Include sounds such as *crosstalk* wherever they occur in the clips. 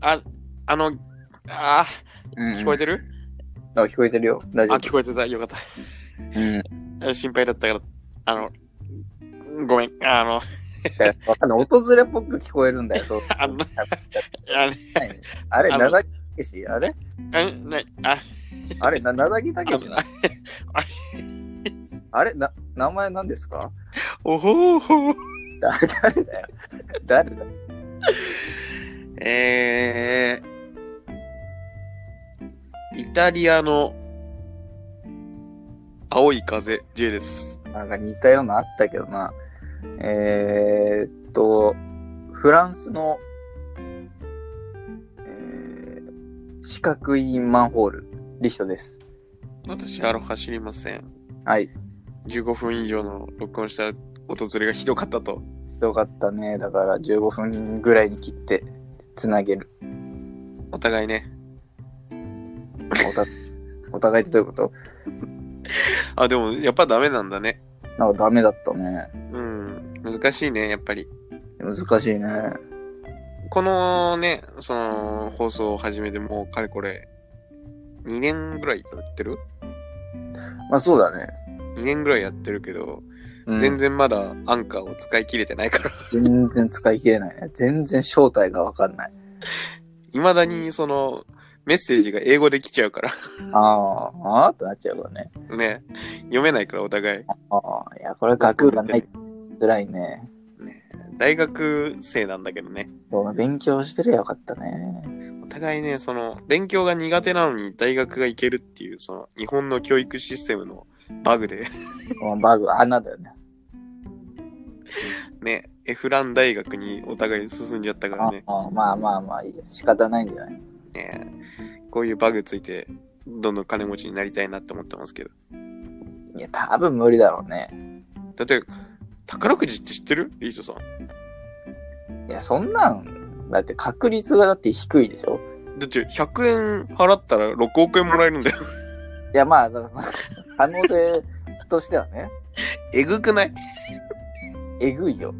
あ、あの、あうん、ー、聞こえてる、あ、聞こえてるよ。大丈あ、夫。聞こえてた。よかった。うん。心配だったから、あの、ごめん、あの、だからわかんない。訪れっぽく聞こえるんだよ。そう。 *laughs* あの、ああれ、あのなだぎたけしあれの、んなあ、あれ、ななだぎたあけしのな、あれな、名前何ですかおほほ誰誰だよ。誰だえー、イタリアの青い風 J です。なんか似たようなあったけどな。えー、っと、フランスの、えー、四角いマンホール、リヒトです。私、アロハ知りません。はい。 15分以上の録音した訪れがひどかったと。よかったね。だから15分ぐらいに切って、つなげる。お互いね。おたお互いってどういうことあ、でも、やっぱダメなんだね。なんかダメだったね。うん。難しいね、やっぱり。難しいね。このね、その、放送を始めてもう、かれこれ、2年ぐらいやってるまあそうだね。 ?2 年ぐらいやってるけど、うん全然まだアンカーを使い切れてないから、全然使い切れないね。全然正体がわかんない。いまだにその、メッセージが英語で来ちゃうから、ああ、ああってなっちゃうからね。ね、読めないからお互い。ああ、いや、これ学がない。辛いね。大学生なんだけどね。そう勉強してりゃよかったね。お互いね、その、勉強が苦手なのに大学が行けるっていう、その、日本の教育システムのバグで、このバグ、穴だよね。ね、エフラン大学にお互い進んじゃったからあね、あまあまあまあいいよ、仕方ないんじゃないねこういうバグついて、どんどん金持ちになりたいなって思ってますけど。いや、多分無理だろうね。だって、宝くじって知ってるリートさん。いや、そんなん、だって確率がだって低いでしょだって、100円払ったら6億円もらえるんだよ。 *laughs* いや、まあ、だからその可能性としてはね、えぐくないえぐいよ。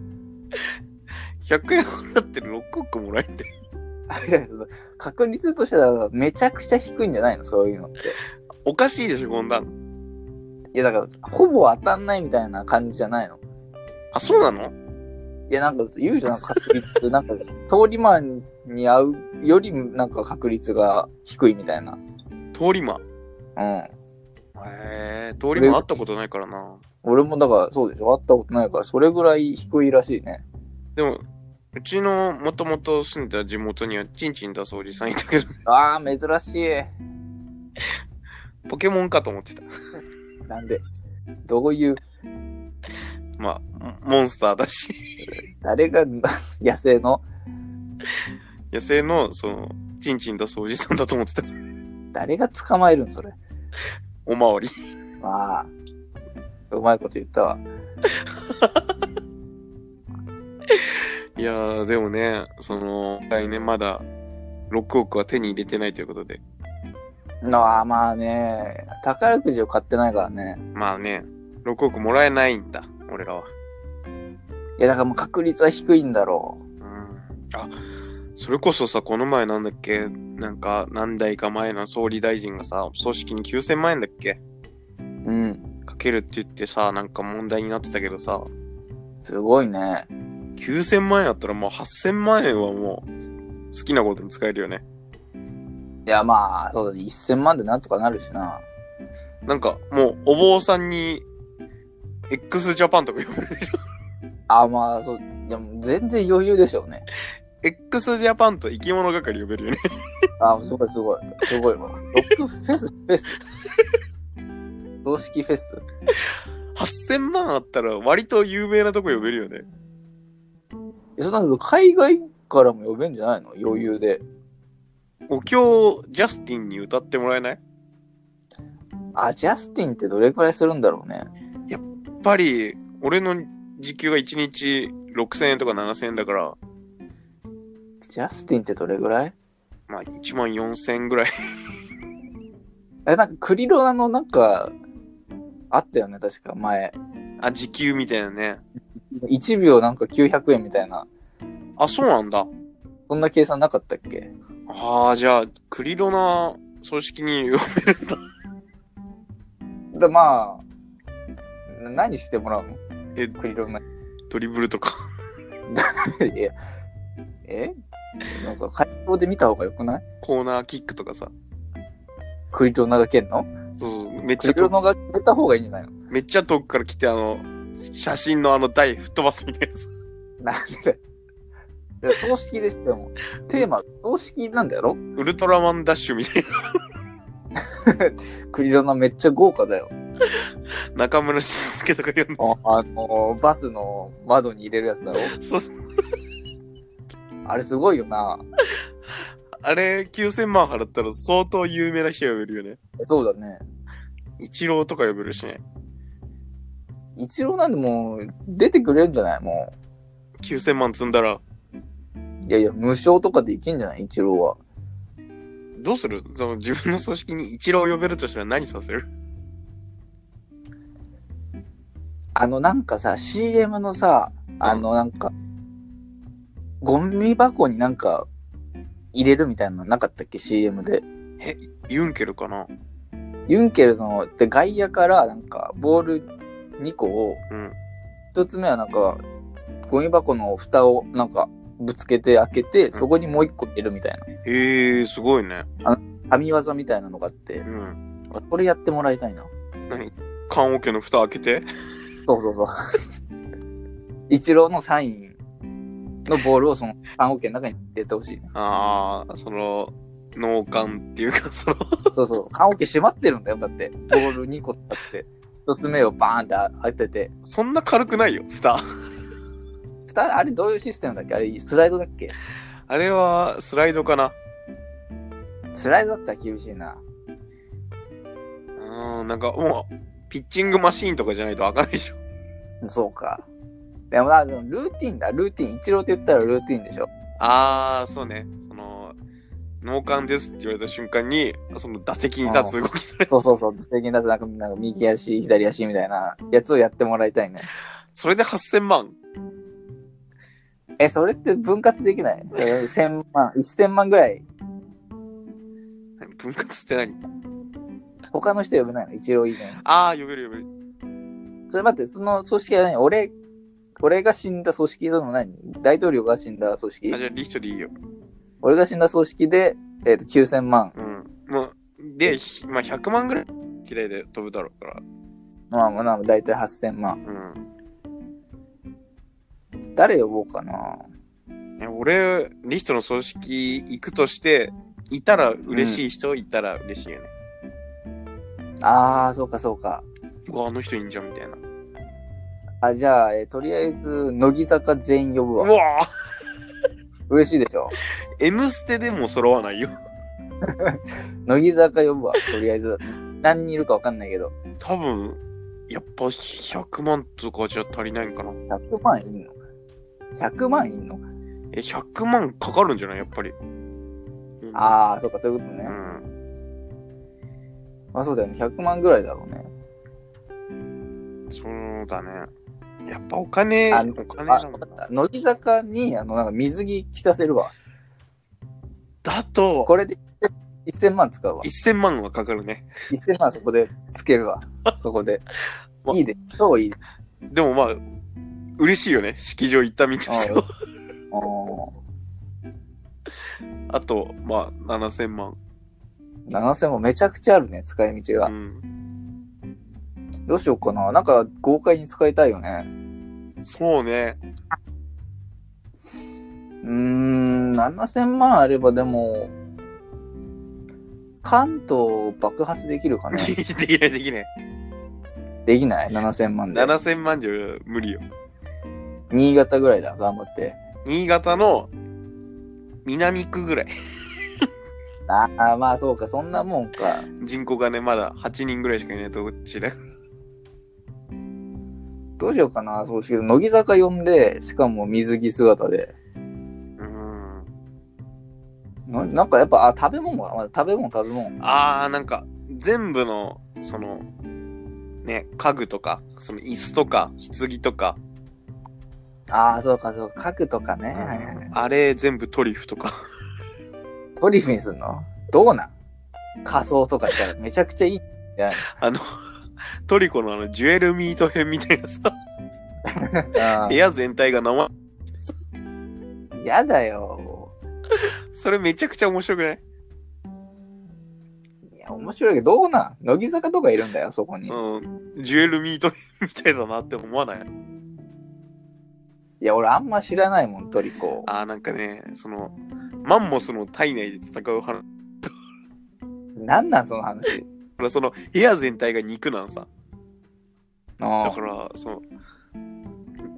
100円払ってる6億もらえんだよ。あれだけど確率としてはめちゃくちゃ低いんじゃないのそういうのって。おかしいでしょ、こんなの。いや、だから、ほぼ当たんないみたいな感じじゃないのあ、そうなのいや、なんか言うじゃん、なんか確率。なんか、通り魔に会うより、なんか確率が低いみたいな。通り魔。うん。へえ、通り魔会ったことないからな。俺もだからそうでしょ会ったことないからそれぐらい低いらしいねでも、うちのもともと住んでた地元にはチンチン出すおじさんいたけど、 *laughs* あー珍しポケモンかと思ってた。いなんでどういうまあ、モンスターだし、誰が *laughs* 野生の野生の、その、チンチン出すおじさんだと思ってた。誰が捕まえるんそれおまわり。まあうまいこと言ったわいやー、でもね、その、来年まだ、6億は手に入れてないということで。ああまあね宝くじを買ってないからねまあね、6億もらえないんだ、俺らは。いやだからもう確率は低いんだろうんあそれこそさこの前なんだっけなんか何代か前の総理大臣がさ葬式に9000万円だっけううんかけるって言ってさなんか問題になってたけどさすごいね9000万円あったらもう8000万円はもうす好きなことに使えるよねいやまあそうだね1000万でなんとかなるしななんかもうお坊さんに x ジャパンとか呼ばれてるああまあそうでも全然余裕でしょうね x ジャパンと生き物係呼べるよね *laughs* あ、すごいすごい。すごいわ。ロックフェス、フェス。葬式フェス。 8000万あったら割と有名なとこ呼べるよねえそんなの海外からも呼べんじゃないの余裕で。お経をジャスティンに歌ってもらえないあ、ジャスティンってどれくらいするんだろうね。やっぱり俺の時給が1日6000円とか7000円だからジャスティンってどれぐらいまあ1万4000円ぐらい *laughs* え、なんかクリロナのなんか、あったよね、確か前。あ時給みたいなね1秒なんか900円みたいな。あそうなんだそんな計算なかったっけああ、じゃあ、クリロナ組織に *laughs* 読めるんだ。だまあ、な何してもらうのえクリロナ。 *laughs* ドリブルとか。いやえなんか、会場で見た方がよくないコーナーキックとかさ。クリロナが蹴んのそうそう。めっクちゃリロと、ナが蹴った方がいいんじゃないのめっちゃ遠くから来て、あの、写真のあの台吹っ飛ばすみたいなさ。なんでいや葬式でしたもん。テーマ、葬式なんだろウルトラマンダッシュみたいクリロナめっちゃ豪華だよ。な。中村俊輔とか読んでああの、バスの窓に入れるやつだろさ。そうあれすごいよな。あれ、9000万払ったら相当有名な人呼べるよね。そうだね。一郎とか呼べるしね。一郎なんでもう出てくれるんじゃないも9000万積んだら、う。いやいや、無償とかでいけんじゃない一郎は。どうするその自分の組織に一郎呼べるとしたら何させるあのなんかさ、CM のさ、あのなんか、ゴミ箱になんか入れるみたいなのなかったっけ ?CM で。ユンケルかなユンケルので外野からなんかボール2個を、うん一1つ目はなんかゴミ箱の蓋をなんかぶつけて開けて、そこにもう1個入れるみたいなへえー、すごいね。神業みたいなのがあってう、ん。これやってもらいたいな。何缶オケの蓋開けてそうそうそう。一郎のサインのボールをその缶オケの中に入れてほしいね。ああ、その、脳幹っていうか、 *laughs* その、そうそう。缶オケ閉まってるんだよ。だって、ボール2個あって、1つ目をバーンって開けて、そんな軽くないよ、蓋。蓋、あれどういうシステムだっけあれスライドだっけあれは、スライドかなスライドだったら厳しいな。うーん、なんかもう、ピッチングマシーンとかじゃないと開かないでしょ。そうか。でもな、でもルーティンだ、ルーティン。一郎って言ったらルーティンでしょ。ああ、そうね。その、脳幹ですって言われた瞬間に、その打席に立つ動きだね。そうそうそう。最近だとなんか、なんか右足、左足みたいなやつをやってもらいたいね。それで8000万。え、それって分割でき *laughs* ない ?1000 万、1000万ぐらい。分割って何他の人呼べないの一郎以外に。ああ、呼べる呼べる。それ待って、その組織は何俺、俺が死んだ組織その何大統領が死んだ組織あ、じゃあ、リヒトでいいよ。俺が死んだ組織で、えっ、と、9000万。うん。もう、で、ひまあ、100万ぐらい嫌いで飛ぶだろうから。まあまあまあ、だいたい8000万。うん。誰呼ぼうかな。ね俺、リヒトの葬式行くとして、いたら嬉しい人、いたら嬉しいよね。あー、そうかそうか。うわ、あの人いいんじゃんみたいな。うあ、じゃあ、えーとりあえず、乃木坂全員呼ぶわ。わぁ嬉しいでしょ。 !M ステでも揃わないよ。乃木坂呼ぶわ、とりあえず。何人いるかわかんないけど。多分、やっぱ100万とかじゃ足りないんかな。 100万いんの ?100 万いんのえ、100万かかるんじゃないやっぱり。うん、ああ、そうか、そういうことねう。ん。まあそうだよね。100万ぐらいだろうね。そうだね。やっぱお金、あお金あ、だもわんかなった。乃木坂に、あの、なんか水着着させるわ。だと、これで1000万使うわ。 1000万はかかるね。 1000万そこでつけるわ。そ *laughs*。こでわいいで。超いいで。でもまあ、嬉しいよね。式場行った身としては。おあと、まあ、7000万。ー7000もめちゃくちゃあるね、使い道うが。ん。どうしようかな。なんか、豪快に使いたいよね。そうね。うーん、7000万あればでも、関東爆発できるかね *laughs* できないできない。できない ?7000 万で。 7000万じゃ無理よ。新潟ぐらいだ、頑張って。新潟の南区ぐらい。ああ、まあそうか、そんなもんか。人口がね、まだ8人ぐらいしかいないとこっちだ。どうしようかな、そうしよう。乃木坂呼んで、しかも水着姿で。うん。ななんかやっぱ、あ、食べ物は、まあ食べ物食べ物。あー、なんか、全部の、その、ね、家具とか、その椅子とか、棺とか、ああ、そうか、そうか。核とかね。はいはいはいあれ全部トリュフとか。 *laughs* トリュフにすんのどうなん仮想とかしたらめちゃくちゃいい。あの、トリコのあの、ジュエルミート編みたいなさ、あ部屋全体が生、ーやだよ。それめちゃくちゃ面白くないいや、面白いけど、どうなん乃木坂とかいるんだよ、そこに。いうん。ジュエルミート編みたいだなって思わないや、俺あんま知らないもん、トリコ。ああ、なんかね、その、マンモスの体内で戦う話。なんなん、その話。ほらその、部屋全体が肉なんさ。あだーから、その、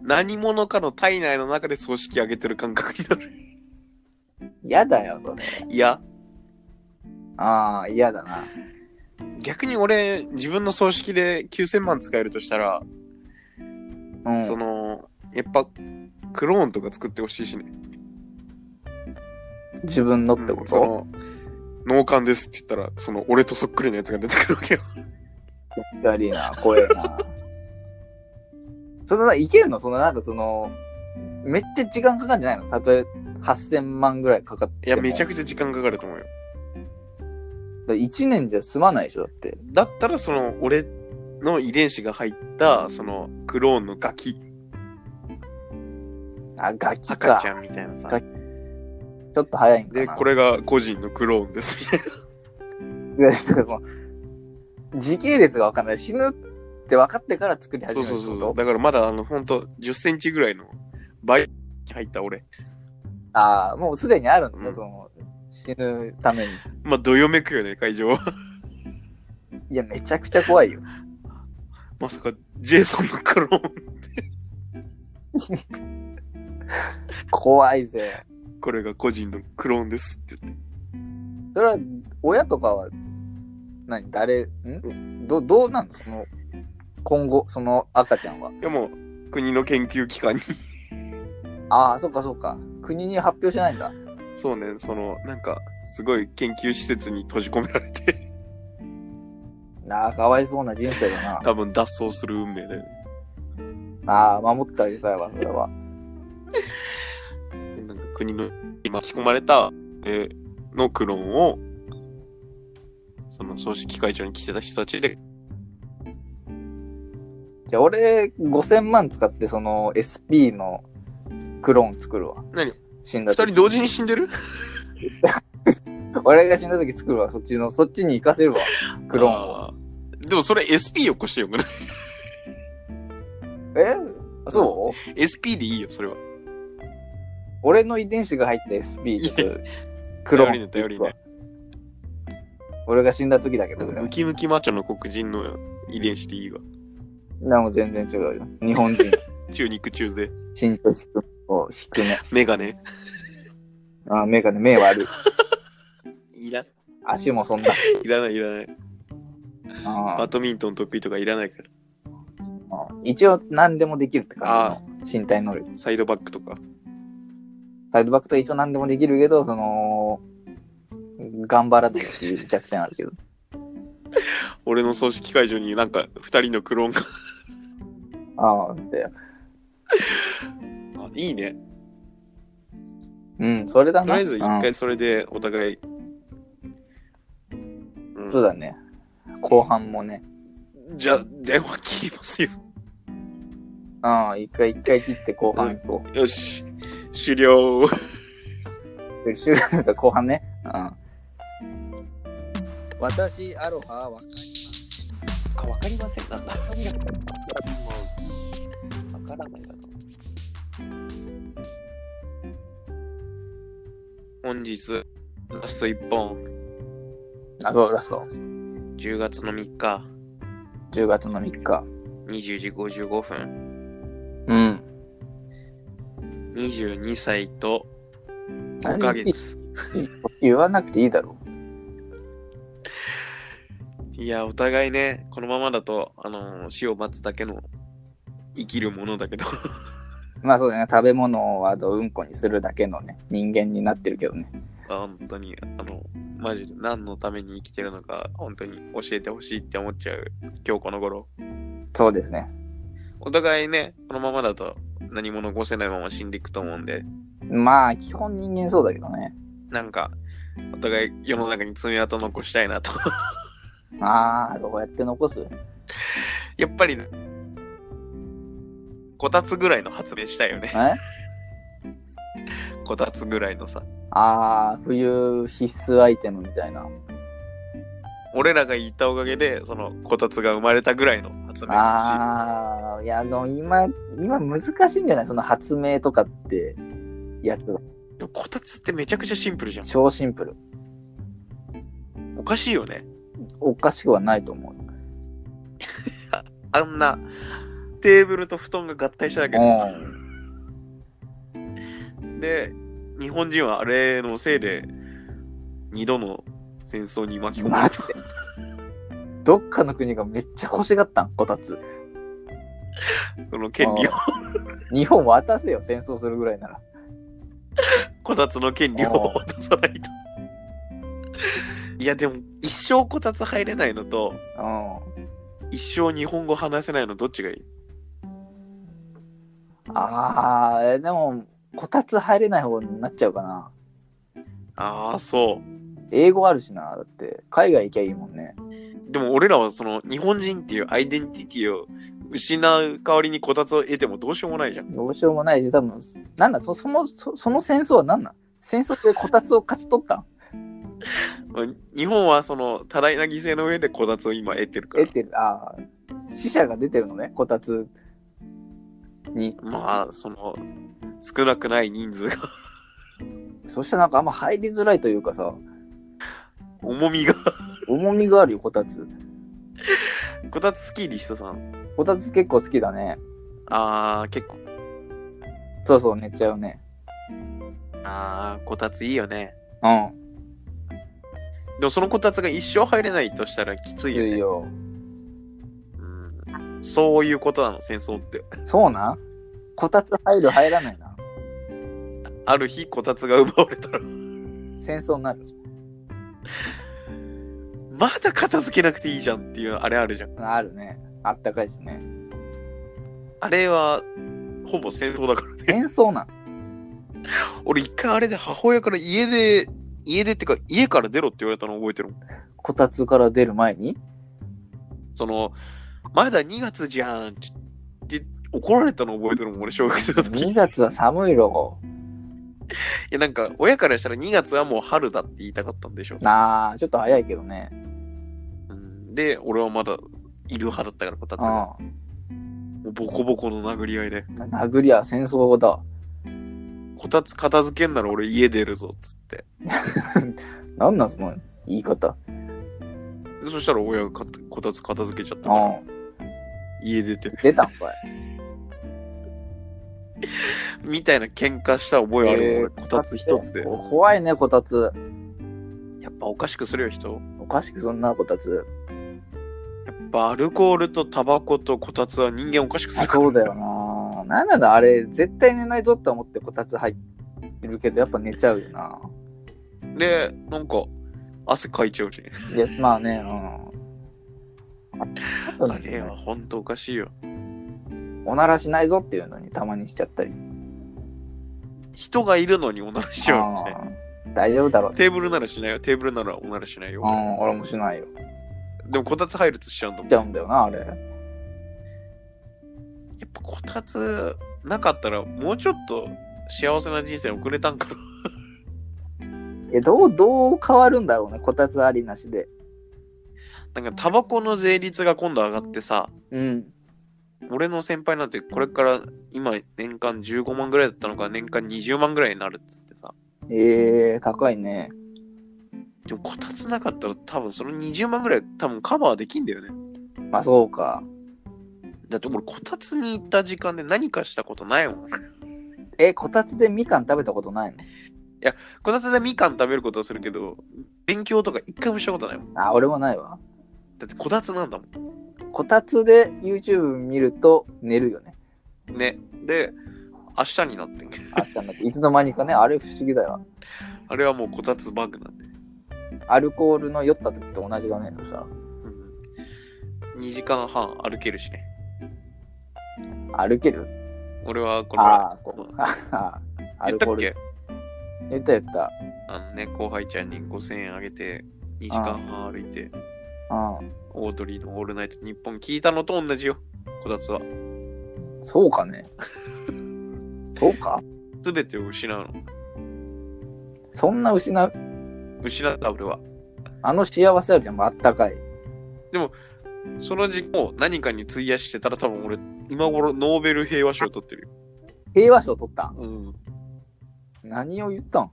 何者かの体内の中で組織上げてる感覚になる。やだよ、それ。いや、ああ、嫌だな。逆に俺、自分の葬式で9000万使えるとしたら、うん。その、やっぱ、クローンとか作ってほしいしね。自分のってこそと、の、脳幹ですって言ったら、その、俺とそっくりのやつが出てくるわけよ。やりな、怖えな。 *laughs* その、いけんのその、なんかその、めっちゃ時間かかるんじゃないのたとえ8000万ぐらいかかっていや、めちゃくくちゃ時間かかると思うよ。 1年じゃ済まないでしょだって。だったら、その、俺の遺伝子が入った、その、クローンのガキ、あ、ガキ赤か。ちちゃんみたいなさガ。キょっと早いんかな。で、これが個人のクローンです、みたいな。いやだからその *laughs* 時系列がわかんない。死ぬって分かってから作り始そうめるってそこうとそう。だからまだあの、ほんと、10センチぐらいの倍に入った俺。ああ、もうすでにあるんだ、うんその、死ぬために。まあ、どよめくよね、会場は。いや、めちゃくちゃ怖いよ。まさか、ジェイソンのクロー怖いぜ。ン、これが個人のクローンですって言って。それは、親とかは、何、誰、んど、どうなんのその、今後、その赤ちゃんは。いや、もう、国の研究機関に。ああ、そっかそっか。国に発表しないんだ。 *laughs* そうね、その、なんか、すごい研究施設に閉じ込められて、 *laughs* ああ、かわいそうな人 *laughs* 生だ多分脱走する運命だよね。な。ああ、守ってあげたいわ、それは。なんか国の巻き込まれた、えーのクローンを、その葬式会場に来てた人たちで、じゃあ、俺、5000万使って、その、SP のクローン作るわ。何死ん二だ時人同時に死んでる俺が死んだ時作るわ、そっちの、そっちに行かせるわ、 *laughs* クローンを。あーでもそれ SP よこしてよくないえそう ?SP でいいよ、それは。俺の遺伝子が入った SP ちょっとクロー頼ンりね、頼りね。俺が死んだ時だけど、でもムキムキマッチョの黒人の遺伝子でいいわ。なも全然違うよ。日 *laughs* 本人、中肉中背。身長低を低め。メガネ。あ、目がね、目悪い。いら、足もそんな。いらない、いらない。あバドミントン得意とかいらないから。ー一応何でもできるって感じの身体能力。サイドバックとか。サイドバックとか一応何でもできるけど、その、頑張らないっていう弱点あるけど。俺の葬式会場になんか二人のクローンが。ああ、であいいね。うん、それだとな。りあえず一うん回それでお互い。うんそうだね。後半もね。じゃあ、電話切りますよ。ああ、一回一回切って後半行こよし。終了。う。終了だ後半ね。うん。私、アロハは、あ、わかりません。なんだ。わからないだと。本日、ラスト1本、あ、そう、ラスト。 10月の3日、 10月の3日。 20時55分、うん。 22歳と5ヶ月。言わなくていいだろいや、お互いね、このままだと、あのー死を待つだけの生きるものだけど、 *laughs* う。まあそうだね。食べ物はあとうんこにするだけのね、人間になってるけどね。本当に、あの、マジで何のために生きてるのか、本当に教えてほしいって思っちゃう、今日この頃。そうですね。お互いね、このままだと、何も残せないまま死んでいくと思うんで、まあ、基本人間そうだけどね。なんか、お互い世の中に爪痕残したいなと。 *laughs* ああ、どうやって残すやっぱり、こたつぐらいの発明したいよね。えこたつぐらいのさ。ああ、冬必須アイテムみたいな。俺らが言ったおかげで、そのこたつが生まれたぐらいの発明だしああ、いや、あの、今、今難しいんじゃないその発明とかってやつは。でもこたつってめちゃくちゃシンプルじゃ超シンプル。ん。おかしいよね。おかしくはないと思う。あんなテーブルと布団が合体しただけうで。で、日本人はあれのせいで、二度の戦争に巻き込ん。まれマたジ。で。どっかの国がめっちゃ欲しがったん、こたつ。その権利を、うん日本渡せよ、戦争するぐらいなら。こたつの権利をう渡さないと。いや、でも、一生こたつ入れないのと、うん。一生日本語話せないのどっちがいいああ、えでも、こたつ入れない方になっちゃうかな。ああ、そう。英語あるしな、だって。海外行きゃいいもんね。でも俺らはその日本人っていうアイデンティティを失う代わりにこたつを得てもどうしようもないじゃん。どうしようもないし、多分なんだ、そそのそその戦争は何なん戦争でこたつを勝ち取ったん日本はその多大な犠牲の上でこたつを今得てるから得。てる、ああ、死者が出てるのね、こたつに。まあ、その少なくない人数が、 *laughs* そしたらなんかあんま入りづらいというかさ、重みが。重みがあるよ、こたつ。こたつ好きリストさん。こたつ結構好きだね。ああ、結構。そうそう、寝ちゃうね。ああ、こたついいよね。うん、でもそのこたつが一生入れないとしたらきつついよね。いよ。うん、そういうことなの、戦争って。そうなんこたつ入る、入らないな。ある日、こたつが奪われたら、戦争になる。まだ片付けなくていいじゃんっていう、あれあるじゃん。あるね。あったかいしね。あれは、ほぼ戦争だから *laughs* ね。戦争なん。俺一回あれで母親から家で、家でってか、家から出ろって言われたの覚えてるもん。こたつから出る *laughs* 前にその、まだ2月じゃんって怒られたの覚えてるもん、俺小学生の時。い ?2 月は寒いろ。や、なんか、親からしたら2月はもう春だって言いたかったんでしょ。ああ、ちょっと早いけどね。うんで、俺はまだ、いる派だったから、こたつが。うもうボコボコの殴り合いで。ん。殴りゃ戦争だ。こたつ片付けんなら俺家出るぞ、つって。なんなんその言い方。でそしたら親がかたこたつ片付けちゃったから、うん。家出て。出たんかい。みたいな喧嘩した覚えあるもんえー *laughs* 俺、こたつ一つで。怖いね、こたつ。やっぱおかしくするよ、人。おかしくそんなこたつ。やっぱアルコールとタバコとこたつは人間おかしくするからそうだよな。なんなんだ、あれ、絶対寝ないぞって思ってこたつ入ってるけど、やっぱ寝ちゃうよな。で、なんか、汗かいちゃうしね。いや、まあね、うん。あれはほんとおかしいよ。おならしないぞっていうのにたまにしちゃったり。人がいるのにおならしちゃうよね。うん大丈夫だろう。テーブルならしないよ。テーブルならおならしないよう。ん、俺もしないよ。でもこたつ入るとしちゃうんだもん。ちやゃうんだよな、あれ。っぱこたつなかったらもうちょっと幸せな人生送れたんかな。 *laughs* え、どう、どう変わるんだろうね、こたつありなしで。なんかタバコの税率が今度上がってさ、うん。俺の先輩なんてこれから今年間15万ぐらいだったのか年間20万ぐらいになるっつってさ。えー、高いね。でもこたつなかったら多分その20万ぐらい多分カバーできんだよね。まあそうか。だって俺こたつに行った時間で何かしたことないもん。え、こたつでみかん食べたことないのこたつでみかん食べることはするけど、勉強とか一回もしたことないもん。あ、俺もないわ。だってこたつなんだもこたつで YouTube 見ると寝るよね。ん。ね。で、明日になってん明日になって。いつの間にかね、あれ不思議だよ。あれはもうこたつバグなんで。アルコールの酔った時と同じだね、そしたら。うん。2時間半歩けるしね。歩ける俺はこの前ああ、こ *laughs* う。あ言ったっけ言った言った。あのね、後輩ちゃんに5000円あげて、2時間半歩いて、うん。オードリーのオールナイト日本聞いたのと同じよ、こたつは。そうか *laughs* ね。そうかすべてを失うの。そんな失う、失った俺は。あの幸せよりでもあったかい。その時間を何かに費やしてたら多分俺、今頃ノーベル平和賞を取ってるよ。平和賞取ったんうん。何を言ったん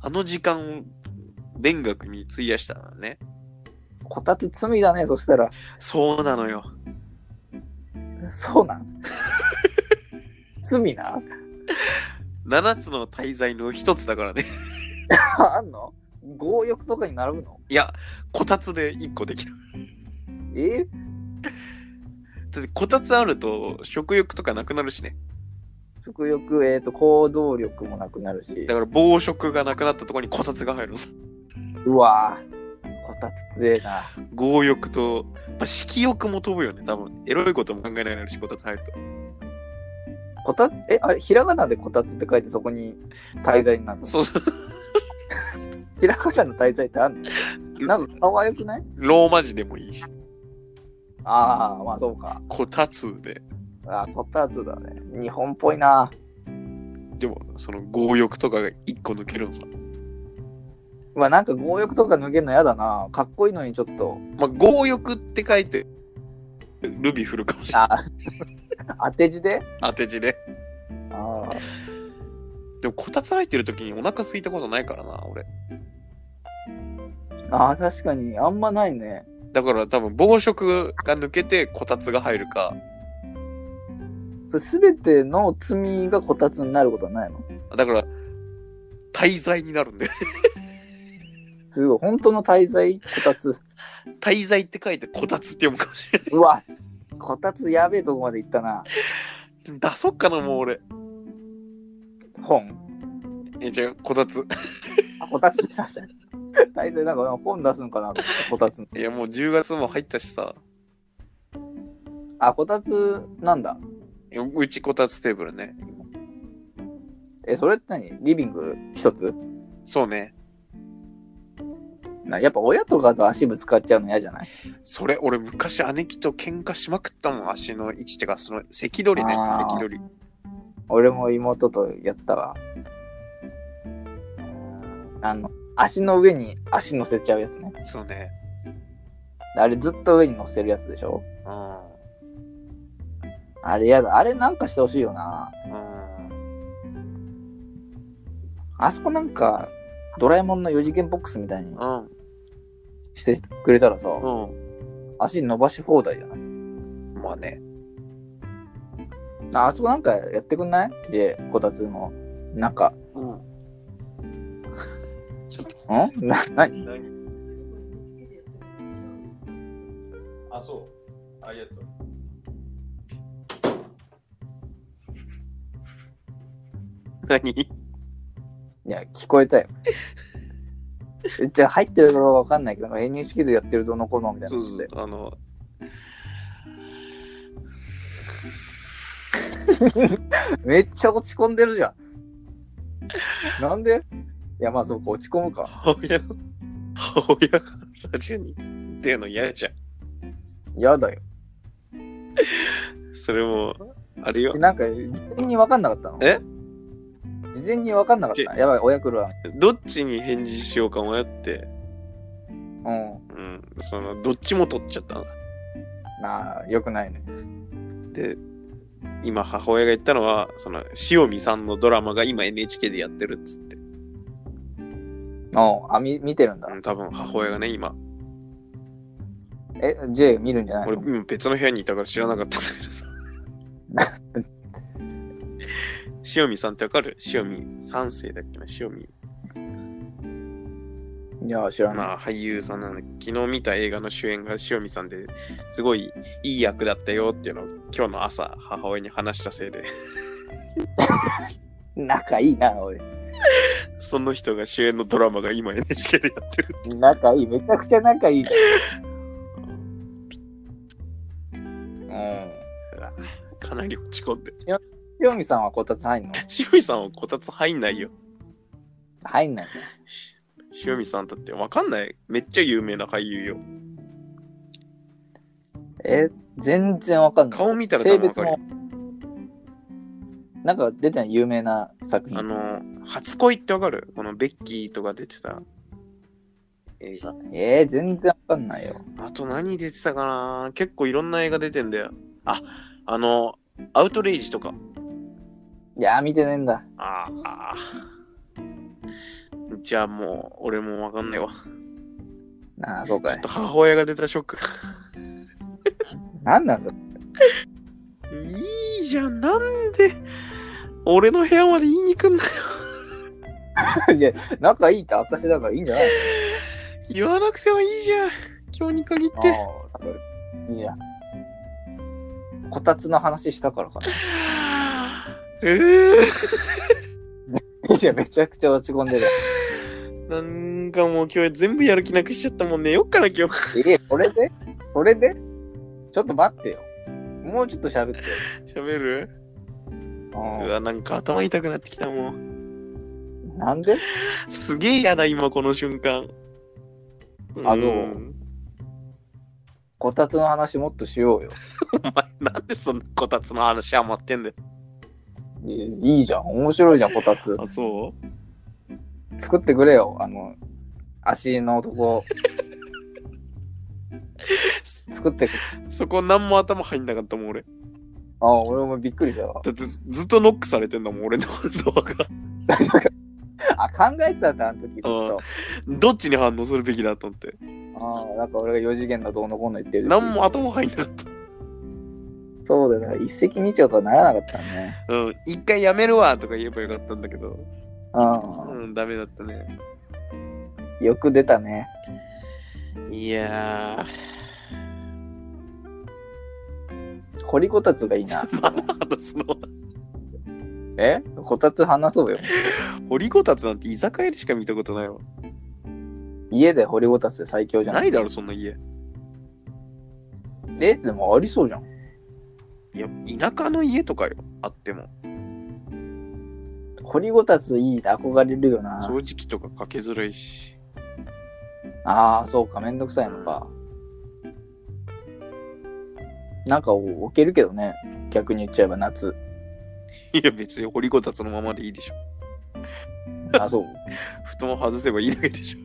あの時間を勉学に費やしたのね。こたつ罪だね、そしたら。そうなのよ。そうなん *laughs* 罪な7つの大罪の1つだからね。 *laughs* ああんの強欲とかに並ぶのいや、こたつで1個できる。えだってこたつあると食欲とかなくなるしね。食欲、えっ、と、行動力もなくなるしだ。から暴食がなくなったところにこたつが入るのさ。うわぁ、こたつ強えな。強欲と、まあ、色欲も飛ぶよね、多分。エロいことも考えなくなるし、こたつ入ると。こたえ、あれ、ひらがなでこたつって書いてそこに滞在になるのそうそう。ひらがなの滞在ってあんのなんか可愛くないローマ字でもいいし、ああ、まあそうか。こたつで。あーこたつだね。日本っぽいな。でも、その強欲とかが一個抜けるのさ。うわ、なんか強欲とか抜けるの嫌だな。かっこいいのにちょっと。まあ、強欲って書いて、ルビ振るかもしれない。あー *laughs* 当て字で当て字で。あーでも、こたつ入ってる時にお腹空いたことないからな、俺。あー、確かに。あんまないね。だから多分、暴食が抜けて、こたつが入るか、それすべての罪がこたつになることはないのだから、滞在になるんだよ。すごい。本当の滞在こたつ。 *laughs* 滞在って書いて、こたつって読むかもしれなうわ、こたつやべえとこまで行ったな。い。出そっかな、もう俺。本。え、じゃあ、こたつ。あ、こたつ *laughs* 出した。大体なんか本出すのかなと思ったこたつ。いや、もう10月も入ったしさ。あ、こたつなんだ。うちこたつテーブルね。え、それって何リビング一つそうね。なやっぱ親とかと足ぶつかっちゃうの嫌じゃないそれ、俺昔姉貴と喧嘩しまくったもん。足の位置ってか、その、関取ね。あー関取。俺も妹とやったわ。あの、足の上に足乗せちゃうやつね。そうね。あれずっと上に乗せるやつでしょうん。あれやだ。あれなんかしてほしいよな。うん。あそこなんか、ドラえもんの4次元ボックスみたいにうん。してくれたらさ、う足伸ばし放題じゃないん。まあね。ああそこなんかやってくんない ?J、こたつの中。うん。ちょっと、んな、なに何あ、そう。ありがとう。何いや、聞こえたよ。 *laughs* えじゃあ入ってるかどうかわかんないけど、なんか NHK でやってるどのこうのみたいなそのうって。そうあのめっちゃ落ち込んでるじゃん。なんでいや、まあそうか、落ち込むか。母親の母親がラジオにっていうの嫌じゃんやだよ。それもあれよえなんか、事前にわかんなかったのえ事前にわかんなかった。やばい、親来るわ。どっちに返事しようか迷ってうん。うんそのどっちも取っちゃったのなあ、よくないね。で今母親が言ったのはその塩見さんのドラマが今 NHK でやってるっつって、おあ、み、見てるんだう。ん、多分母親がね今え、J 見るんじゃない俺の今別の部屋にいたから知らなかったんだけど *laughs* さ塩見さんってわかる塩見三世だっけな塩見いや、知らない。まあ俳優さんなんだけど昨日見た映画の主演が塩見さんですごいいい役だったよっていうのを今日の朝母親に話したせいで仲いいな、おい。その人が主演のドラマが今 NHK でやってるって仲いい、めちゃくちゃ仲いい。うん。かなり落ち込んで塩見さんはこたつ入んの塩見さんはこたつ入んないよ。入んないね。し塩見さんだってわかんない。めっちゃ有名な俳優よ。え、全然わかんない。顔見たら多性分わ別かるもよ。。なんか出てない有名な作あ品。の、初恋ってわかるこのベッキーとか出てた映画。えー、全然わかんないよ。あと何出てたかな結構いろんな映画出てんだよ。あ、あの、アウトレイジとか。いやー、見てねえんだ。ああ。じゃあもう、俺もわかんないわ。ああ、そちょうかっい。と母親が出たショック。なんなんそれ。いいじゃん、なんで、俺の部屋まで言いに来んなよ。 *laughs* いや、仲いいって証だからいいんじゃない言わなくてもいいじゃん。今日に限っのて。あーいや。こたつの話したからかな。 *sighs* え *laughs* いや、めちゃくちゃ落ち込んでる。ー、なんかもう今日全部やる気なくしちゃったもん寝よっかな今日。え、これでこれでちょっと待ってよ。もうちょっと喋ってよ。喋るううわ、なんか頭痛くなってきたもん。んなんですげえ嫌だ今この瞬間。あそうんこたつの話もっとしようよ。お前 *laughs* なんでそんなこたつの話ハマってんだよ。いいいじゃん。面白いじゃん、こたつ。あ、そう作ってくれよ。あの、足のとこ。作ってくそこ何も頭入んなかったもん俺。あ、俺もびっくりしたわ。 *laughs* だってずずっとノックされてんだもん俺の *laughs* ドアが。あ、考えてたんだ、あの時ずっと。どっちに反応するべきだと思って。ああ、なんか俺が4次元だどうのこうの言ってる。何も頭入んなかった。そうだよ、だから一石二鳥とはならなかったね。うん、一回やめるわとか言えばよかったんだけど、ううん、ダメだったね。ん。よく出たね。いや *laughs* 掘りこたつがい *laughs* いな。ー、まだ話すのえこたつ話そうよ。掘りごたつなんて居酒屋でしか見たことないわ。家で掘りこたつで最強じゃん。ないだろ、そんな家。えでもありそうじゃん。いや、田舎の家とかよ、あっても。掘りごたついいって憧れるよな。掃除機とかかけづらいし。ああ、そうか、めんどくさいのか。なんか置けるけどね、逆に言っちゃえば夏。いや、別に掘りごたつのままでいいでしょ。あそう。布団外せばいいだけでしょ。 *laughs*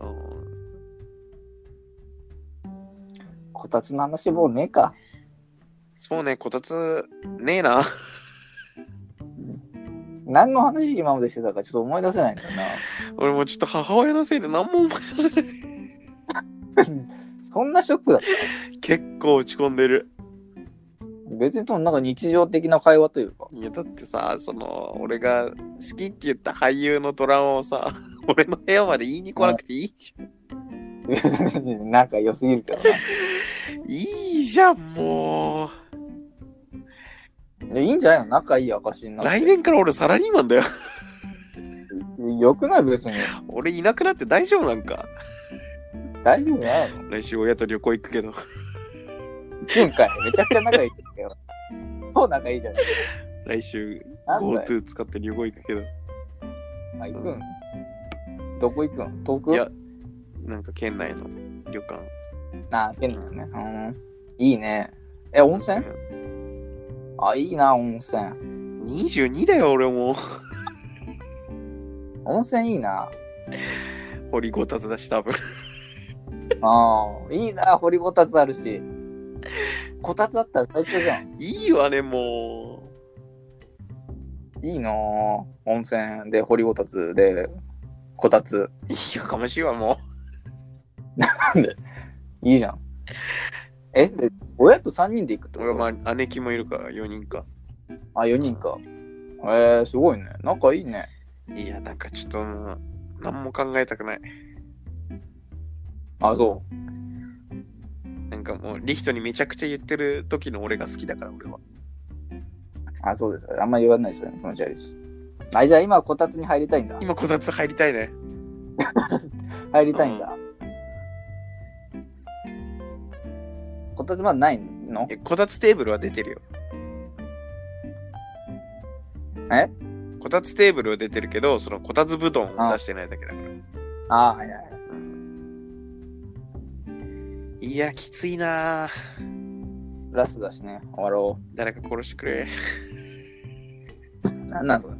うんこたつの話もうねえか。そうね、こたつ、ねえな。何の話今までしてたかちょっと思い出せない *laughs* んだよ俺もうちょっと母親のせいで何も思い出せない。な。そんなショックだった。結構落ち込んでる。別にともなんか日常的な会話というか。 *laughs* いや、だってさ、その、俺が好きって言った俳優のドラマをさ、 *laughs* 俺の部屋まで言いに来なくていいじゃ別になんか良すぎるけどん。いいじゃん、もう。な。いやいいんじゃないの仲いい証になって。来年から俺サラリーマンだよ。よくない別に。俺いなくなって大丈夫なんか。大丈夫じゃないの来週親と旅行行くけど。今回めちゃくちゃ仲いいんだけど。そう仲いいじゃない。来週なんだよ。 GoTo 使って旅行行くけど。あ、行くんどこ行くん遠くいや、なんか県内の旅館。あ、県内ね。うん。いいね。え、温泉あ、いいな、温泉。 22だよ、俺もう。温泉いいな。掘りごたつだし、多分。ああ、いいな、掘りごたつあるし。こたつあったら最強じゃん。いいわね、もう。いいな温泉で掘りごたつで、こたつ。いやかましいわ、もいいじゃん。え、で親と3人で行くってう。こ俺とはまあ、姉貴もいるから、4人か。あ、4人か。えー、すごいね。仲いいね。いや、なんかちょっともう、何も考えたくない。あ、そう。なんかもう、リヒトにめちゃくちゃ言ってる時の俺が好きだから、俺は。あ、そうです。あんま言わないですよね。気持ち悪いし。あ、じゃあ今はこたつに入りたいんだ。今、こたつ入りたいね。入りたいんだ。こたつまだないんのえ、こたつテーブルは出てるよ。えこたつテーブルは出てるけど、そのこたつ布団を出してないだけだから。ああ、はいはい。いや、きついなぁ。ラストだしね、終わろ誰か殺してくれ。う。なんなんそれ。